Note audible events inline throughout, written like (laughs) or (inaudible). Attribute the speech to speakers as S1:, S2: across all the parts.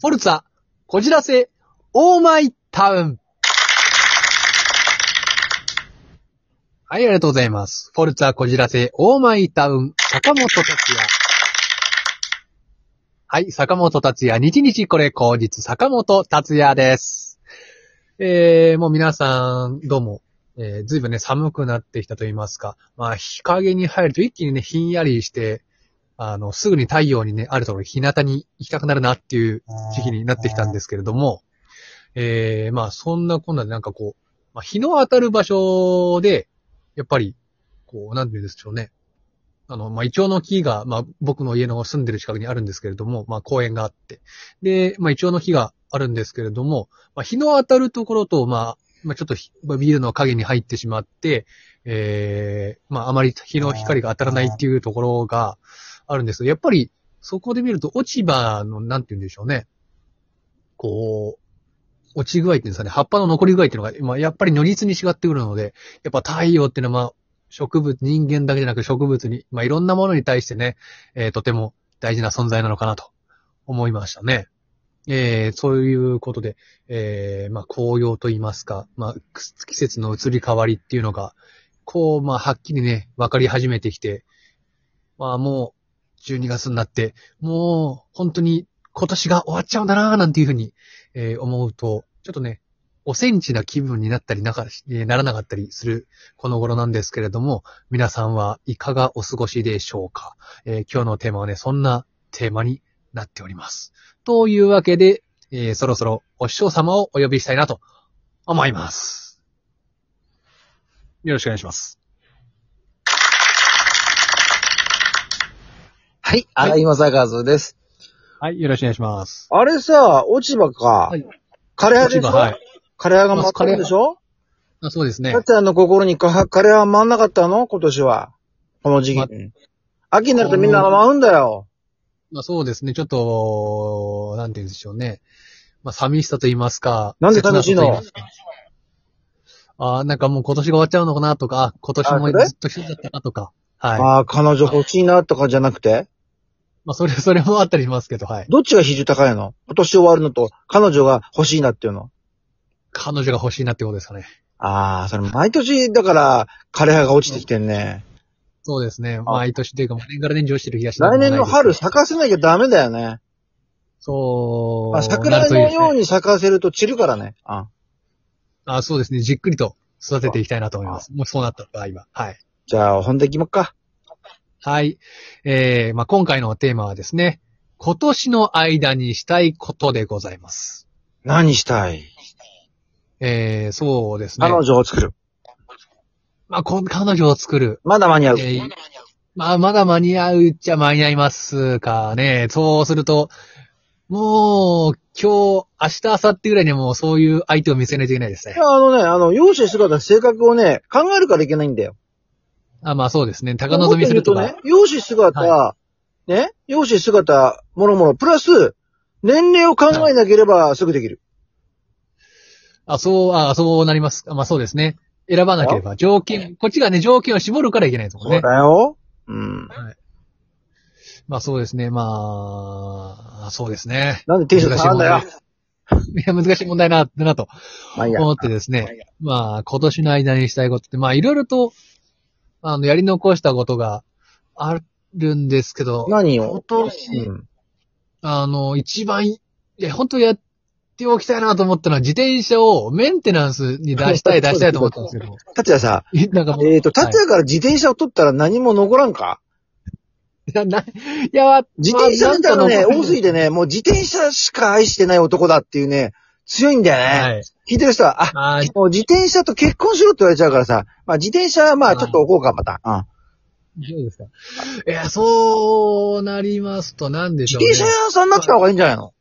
S1: フォルツァ、こじらせ、オーマイタウン。はい、ありがとうございます。フォルツァ、こじらせ、オーマイタウン、坂本達也。はい、坂本達也、日々これ後日、坂本達也です。えー、もう皆さん、どうも、えー、ずいぶんね、寒くなってきたと言いますか、まあ、日陰に入ると一気にね、ひんやりして、あの、すぐに太陽にね、あるところ、日向に行きたくなるなっていう時期になってきたんですけれども、えー、まあそんなこんなでなんかこう、まあ、日の当たる場所で、やっぱり、こう、なんて言うんでしょうね。あの、まあ、イチョウの木が、まあ、僕の家の住んでる近くにあるんですけれども、まあ、公園があって。で、まあ、イチョウの木があるんですけれども、まあ、日の当たるところと、まあ、まあ、ちょっとひ、まあビルの影に入ってしまって、ええまあ、あまり日の光が当たらないっていうところがあるんですけどやっぱり、そこで見ると、落ち葉の、なんて言うんでしょうね。こう、落ち具合っていうんですかね、葉っぱの残り具合っていうのが、まあ、やっぱり如実に違ってくるので、やっぱ太陽っていうのは、まあ、植物、人間だけじゃなく植物に、まあ、いろんなものに対してね、えーとても大事な存在なのかなと思いましたね。えー、そういうことで、えー、まあ、紅葉と言いますか、まあ、くす季節の移り変わりっていうのが、こう、まあ、はっきりね、わかり始めてきて、まあ、もう、12月になって、もう、本当に今年が終わっちゃうんだなーなんていうふうに、えー思うと、ちょっとね、おセンチな気分になったりなか、えーならなかったりするこの頃なんですけれども、皆さんはいかがお過ごしでしょうか、えー今日のテーマはね、そんなテーマになっております。というわけで、えーそろそろお師匠様をお呼びしたいなと思います。よろしくお願いします。
S2: はい、
S1: はい
S2: 洗いまさかずです。
S1: はい、よろしくお願いします。
S2: あれさ、落ち葉か。
S1: はい
S2: 枯れ葉でしょ、
S1: はい。
S2: 枯れ葉が舞ったんでしょ
S1: あそうですね
S2: た。っちゃんの心にか枯れ葉は舞んなかったの今年は。この時期に。秋になるとみんな舞うんだよ。
S1: まあそうですね、ちょっと、なんて言うんでしょうね。まあ寂しさと言いますか。
S2: なんで寂しいの
S1: 切なさと言ますかああ、なんかもう今年が終わっちゃうのかなとか、あ今年
S2: あ
S1: も
S2: それ
S1: ずっと一緒だったなとか。はい。
S2: ああ、彼女欲しいなとかじゃなくて。
S1: まあそれ、 (laughs) それもあったりしますけど、はい。
S2: どっちが比重高いの今年終わるのと、彼女が欲しいなっていうの。
S1: 彼女が欲しいなってことですかね。
S2: ああ、それ毎年、だから、枯れ葉が落ちてきてんね。
S1: そうですね。毎年というか、まあ年から年中してる気がし
S2: 来年の春
S1: さ
S2: 咲かせなきゃダメだよね。
S1: そう。
S2: あ桜の
S1: なるといいですね
S2: ように咲かせると散るからね。あ
S1: あそうですね。じっくりと育てていきたいなと思います。もうそうなった場合は。はい。
S2: じゃあ、本題行きまっか。
S1: はい。えー、まあ、今回のテーマはですね、今年の間にしたいことでございます。
S2: 何したい
S1: えー、そうですね。
S2: 彼女を作る。
S1: まあ、こん彼女を作る。
S2: まだ間に合
S1: え
S2: う。
S1: ー、まあ、まだ間に合うっちゃ間に合いますかね。そうすると、もう、今日、明日、明後日ぐらいにはもうそういう相手を見せないといけないです
S2: い
S1: ね。
S2: や、あのね、あの、容姿、姿、性格をね、考えるからいけないんだよ。
S1: あまあそうですね。高望みすると
S2: もっ
S1: か。
S2: 言うね、容姿、姿、ね、容姿、姿、もろもろ、プラス、年齢を考えなければすぐできる。
S1: あ、そう、あ、そうなります。あまあそうですね。選ばなければ。条件、こっちがね、条件を絞るからいけないですもんね。
S2: だよ。うん。
S1: まあそうですね。まあ、そうですね。 (laughs)
S2: なんでテンション下がんだよ。
S1: いや、難しい問題な、だなと
S2: まあいいや。
S1: 思ってです
S2: まあいい
S1: ね。まあ、今年の間にしたいことって、まあいろいろと、あの、やり残したことがあるんですけど、
S2: 何
S1: 今
S2: を、
S1: 年、
S2: うん、
S1: あの、一番、いや、本当やっておきたいなと思ったのは、自転車をメンテナンスに出
S2: (laughs)
S1: したい、出したいと思ったんですけど、 (laughs)
S2: 達也さ、
S1: えなんかもう、
S2: えっ、と、達
S1: はい
S2: 也から自転車を取ったら何も残らんか、
S1: いや、ない (laughs) や、
S2: 自転車みたいなね、
S1: まあなんか
S2: 大すぎてね、もう自転車しか愛してない男だっていうね、強いんだよね。
S1: はい。
S2: 聞いてる人は、あ、
S1: はい。
S2: もう自転車と結婚しろって言われちゃうからさ、まあ自転車はまあちょっと置こうか、また。うん。
S1: どうですかいや、そうなりますと、なんでし
S2: 自
S1: ょうね。
S2: 転車屋さんになった方がいいんじゃないの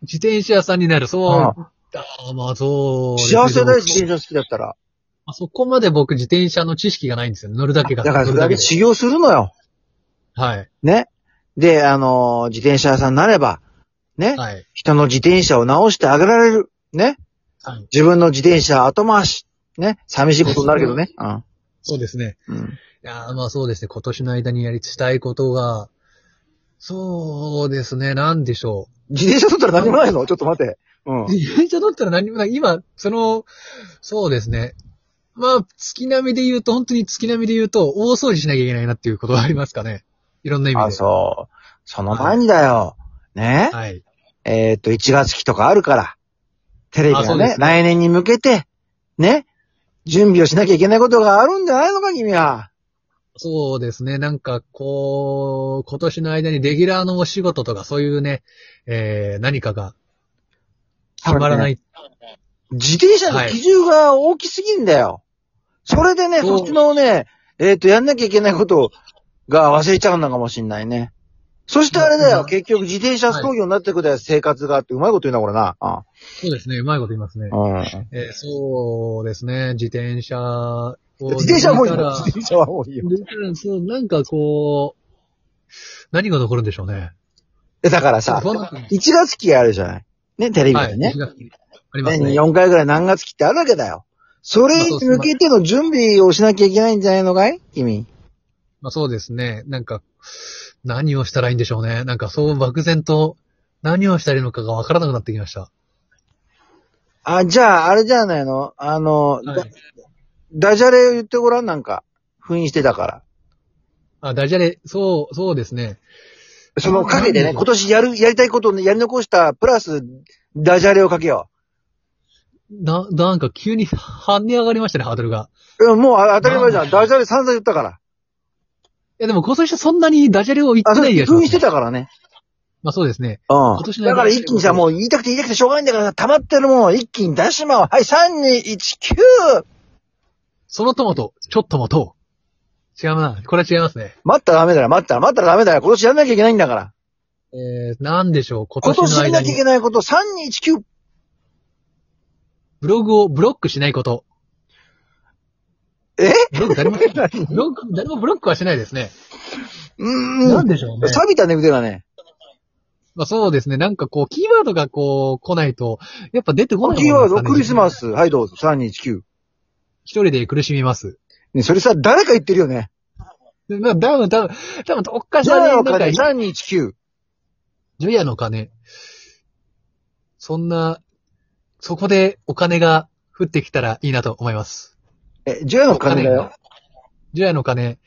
S1: 自転車屋さんになる。そう。
S2: あ
S1: ああまあ、そうですね。
S2: 幸せだよ、
S1: でも
S2: 自転車好きだったら。
S1: あそこまで僕、自転車の知識がないんですよ。乗るだけ
S2: だ
S1: が。
S2: からそ
S1: 乗
S2: れ
S1: る
S2: だけ
S1: で
S2: 修行するのよ。
S1: はい。
S2: ね。で、あのー自転車屋さんになれば、ね。
S1: はい。
S2: 人の自転車を直してあげられる。ね。
S1: はい。
S2: 自分の自転車後回し。ね。寂しいことになるけどね。うん。
S1: そうですね。
S2: うん。
S1: いや、まあそうですね。今年の間にやりしたいことが、そうですね、なんでしょ
S2: 自転車取ったら何もないのちょっと待って。うん
S1: う。。自転車だったら何もない。今、その、そうですね。まあ、月並みで言うと、本当に月並みで言うと、大掃除しなきゃいけないなっていうことはありますかね。いろんな意味で。
S2: あ、そう。その前にだよ。ね。
S1: はい。
S2: えーっと、1月期とかあるから。テレビ
S1: あそ
S2: が
S1: うで
S2: ね、
S1: すね
S2: 来年に向けて、ね。準備をしなきゃいけないことがあるんじゃないのか、君は。
S1: そうですね。なんか、こう、今年の間にレギュラーのお仕事とか、そういうね、えー、何かが決まらない。
S2: 自転車の基準が大きすぎんだよ。それでね、
S1: そう
S2: そっちのね、えーっと、やんなきゃいけないことが忘れちゃうのかもしんないね。そしてあれだ
S1: う
S2: よ、
S1: ん
S2: 結局自転車操業になってくだよ、生活があって。うまいこと言うんだ、これな。あ
S1: そうですね。うまいこと言いますね。
S2: うん。
S1: えーそうですね。自転車を。
S2: 自転車は多い
S1: だ
S2: よ。
S1: から
S2: 自転車は多いよ。
S1: だからそう、なんかこう、何が残るんでしょうね。
S2: えだからさ、
S1: そんなは
S2: 1月期あるじゃない。ね、テレビで
S1: い。
S2: ね。
S1: あります
S2: 年に
S1: ね。
S2: 4回ぐらい何月期ってあるわけだよ。それに向けての準備をしなきゃいけないんじゃないのかい君。
S1: まあそうですね。なんか、何をしたらいいんでしょうね。なんかそう漠然と何をしたらいいのかがわからなくなってきました。
S2: あ、じゃあ、あれじゃないのあの、
S1: は
S2: だ
S1: い。
S2: ダジャレを言ってごらんなんか。封印してたから。
S1: あ、ダジャレ、そう、そうですね。
S2: その陰で
S1: う
S2: ね、
S1: ん
S2: 今年やる、やりたいことをねやり残した、プラス、ダジャレをかけよ
S1: な、なんか急に跳ね上がりましたね、ハードルが。
S2: う。うん、もうあ当たり前じゃん。ダジャレ散々言ったから。
S1: いやでも今年はそんなにダジャレを言
S2: あ、
S1: って
S2: そ
S1: ない
S2: れ
S1: 気がしま
S2: 封
S1: す、
S2: 印して
S1: ね。
S2: たからね。
S1: まあそうですね。
S2: うん
S1: 今年。の
S2: だから一気にさ、もう言いたくて言いたくてしょうがないんだから、溜まってるものを一気に出しまおう。はい、3、2、1、9!
S1: そのトマト、ちょっともと。違うな。これは違いますね。
S2: 待ったらダメだよ、待ったら、待ったらダメだよ。今年やんなきゃいけないんだから。
S1: えー、なんでしょう。今
S2: 今
S1: 年
S2: 年
S1: の
S2: やんな
S1: 間
S2: きゃい
S1: に
S2: けないこと、3219。
S1: ブログをブロックしないこと。
S2: え
S1: ブログ誰も、ブログ、誰もブロックはしないですね。
S2: うー。
S1: なんんでしょうね。
S2: 錆びたね、腕がね。
S1: まあそうですね。なんかこう、キーワードがこう、来ないと、やっぱ出てこない
S2: キー
S1: もの
S2: ワ
S1: です
S2: ード、
S1: かね
S2: クリスマ。ス。はい、どうぞ、3219。
S1: 一人で苦しみます。
S2: ね、それさ、誰か言ってるよね。
S1: でまあ、多分、多分、多分、どっかし
S2: ジャ
S1: らね、
S2: ヤの
S1: なんか
S2: 鐘、、3219。
S1: ジョヤの金。そんな、そこでお金が降ってきたらいいなと思います。
S2: え、ジャヤの鐘だよ。
S1: ジュヤの鐘、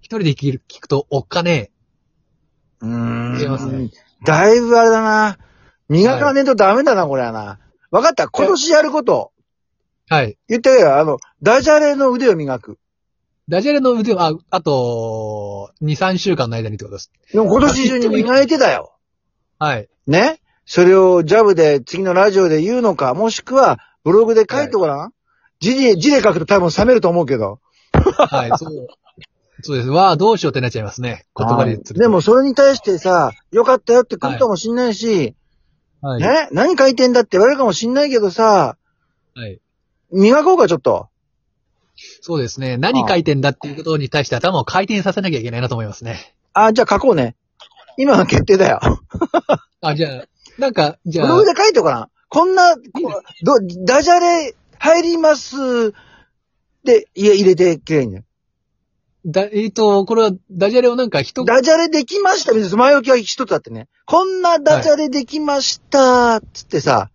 S1: 一人で聞く聞くとおっかね
S2: う
S1: 違いますね
S2: ん。だいぶあれだな。磨かねえとダメだな、これはな。わかった、今年やること。
S1: え。はい。
S2: 言ってあげようあの、ダジャレの腕を磨く。
S1: ダジャレの腕は、ああと、2、3週間の間にってことです。
S2: でも今年中に磨いてだよ。
S1: はい。
S2: ねそれをジャブで次のラジオで言うのか、もしくはブログで書いてごらん。字で、字で書くと多分冷めると思うけど。 (laughs)
S1: はい。そう。そうです。わあ、どうしようってなっちゃいますね。言葉で言ってると
S2: で、もそれに対してさ、良かったよって来るかもしんないし、
S1: はい。
S2: ね何書いてんだって言われるかもしんないけどさ、
S1: はい。
S2: 磨こうかちょっと。
S1: そうですね。何書いてんだっていうことに対して頭を回転させなきゃいけないなと思いますね。
S2: あ、じゃあ書こうね。今の決定だよ。
S1: あ、じゃあ、なんか、じ
S2: ブ
S1: ゃ
S2: ログ
S1: あ、
S2: で書いてごらん。こんな、こうど、ダジャレ入りますで、いや入れてくれんね。
S1: だえっ、と、これは、ダジャレをなんか人、
S2: ダジャレできました。別に前置きは一つあってね。こんなダジャレできました。つってさ、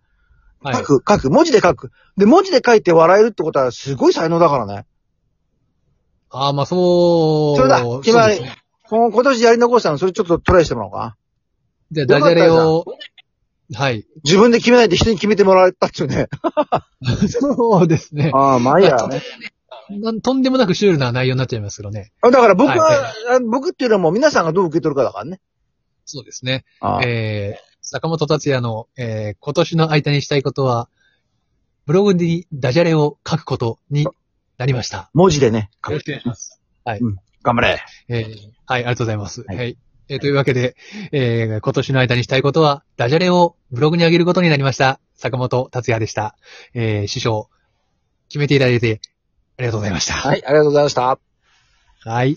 S1: はい
S2: 書。く、書く、文字で書く。で、文字で書いて笑えるってことはすごい才能だからね。
S1: ああ、まあ、そう。
S2: それだ
S1: う
S2: 決まり
S1: ですね
S2: この今年やり残したの、それちょっとトライしてもらおうかな。
S1: じゃあ、ダジャレを、はい。 (laughs)
S2: 自分で決めないで人に決めてもらったっていうね。
S1: そうですね。
S2: (laughs) ああ、まあいいや、ね。
S1: なんとんでもなくシュールな内容になっちゃいますけどね。
S2: (laughs) あだから僕は、
S1: は
S2: あ僕っていうのはもう皆さんがどう受け取るかだからね。
S1: そうですね。
S2: ああ
S1: えー、坂本達也の、えー、今年の間にしたいことは、ブログにダジャレを書くことになりました。
S2: 文字でね。
S1: よろしくお願いします。
S2: 頑張れ。
S1: えー、はい、ありがとうございます。は。
S2: はいい
S1: えー、というわけで、えー、今年の間にしたいことは、ダジャレをブログに上げることになりました。坂本達也でした。えー、師匠、決めていただいて、ありがとうございました。
S2: はい、ありがとうございました。
S1: はい。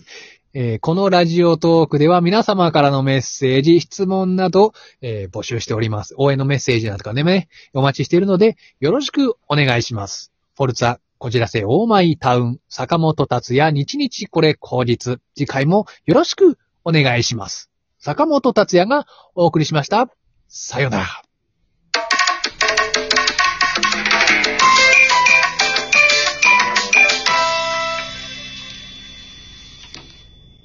S1: えーこのラジオトークでは皆様からのメッセージ、質問など、えー募集しております。応援のメッセージなどかね、お待ちしているので、よろしくお願いします。フォルツァ、こじらせ、オーマイタウン、坂本達也、日々これ後日、次回もよろしくお願いします。坂本達也がお送りしました。さようなら。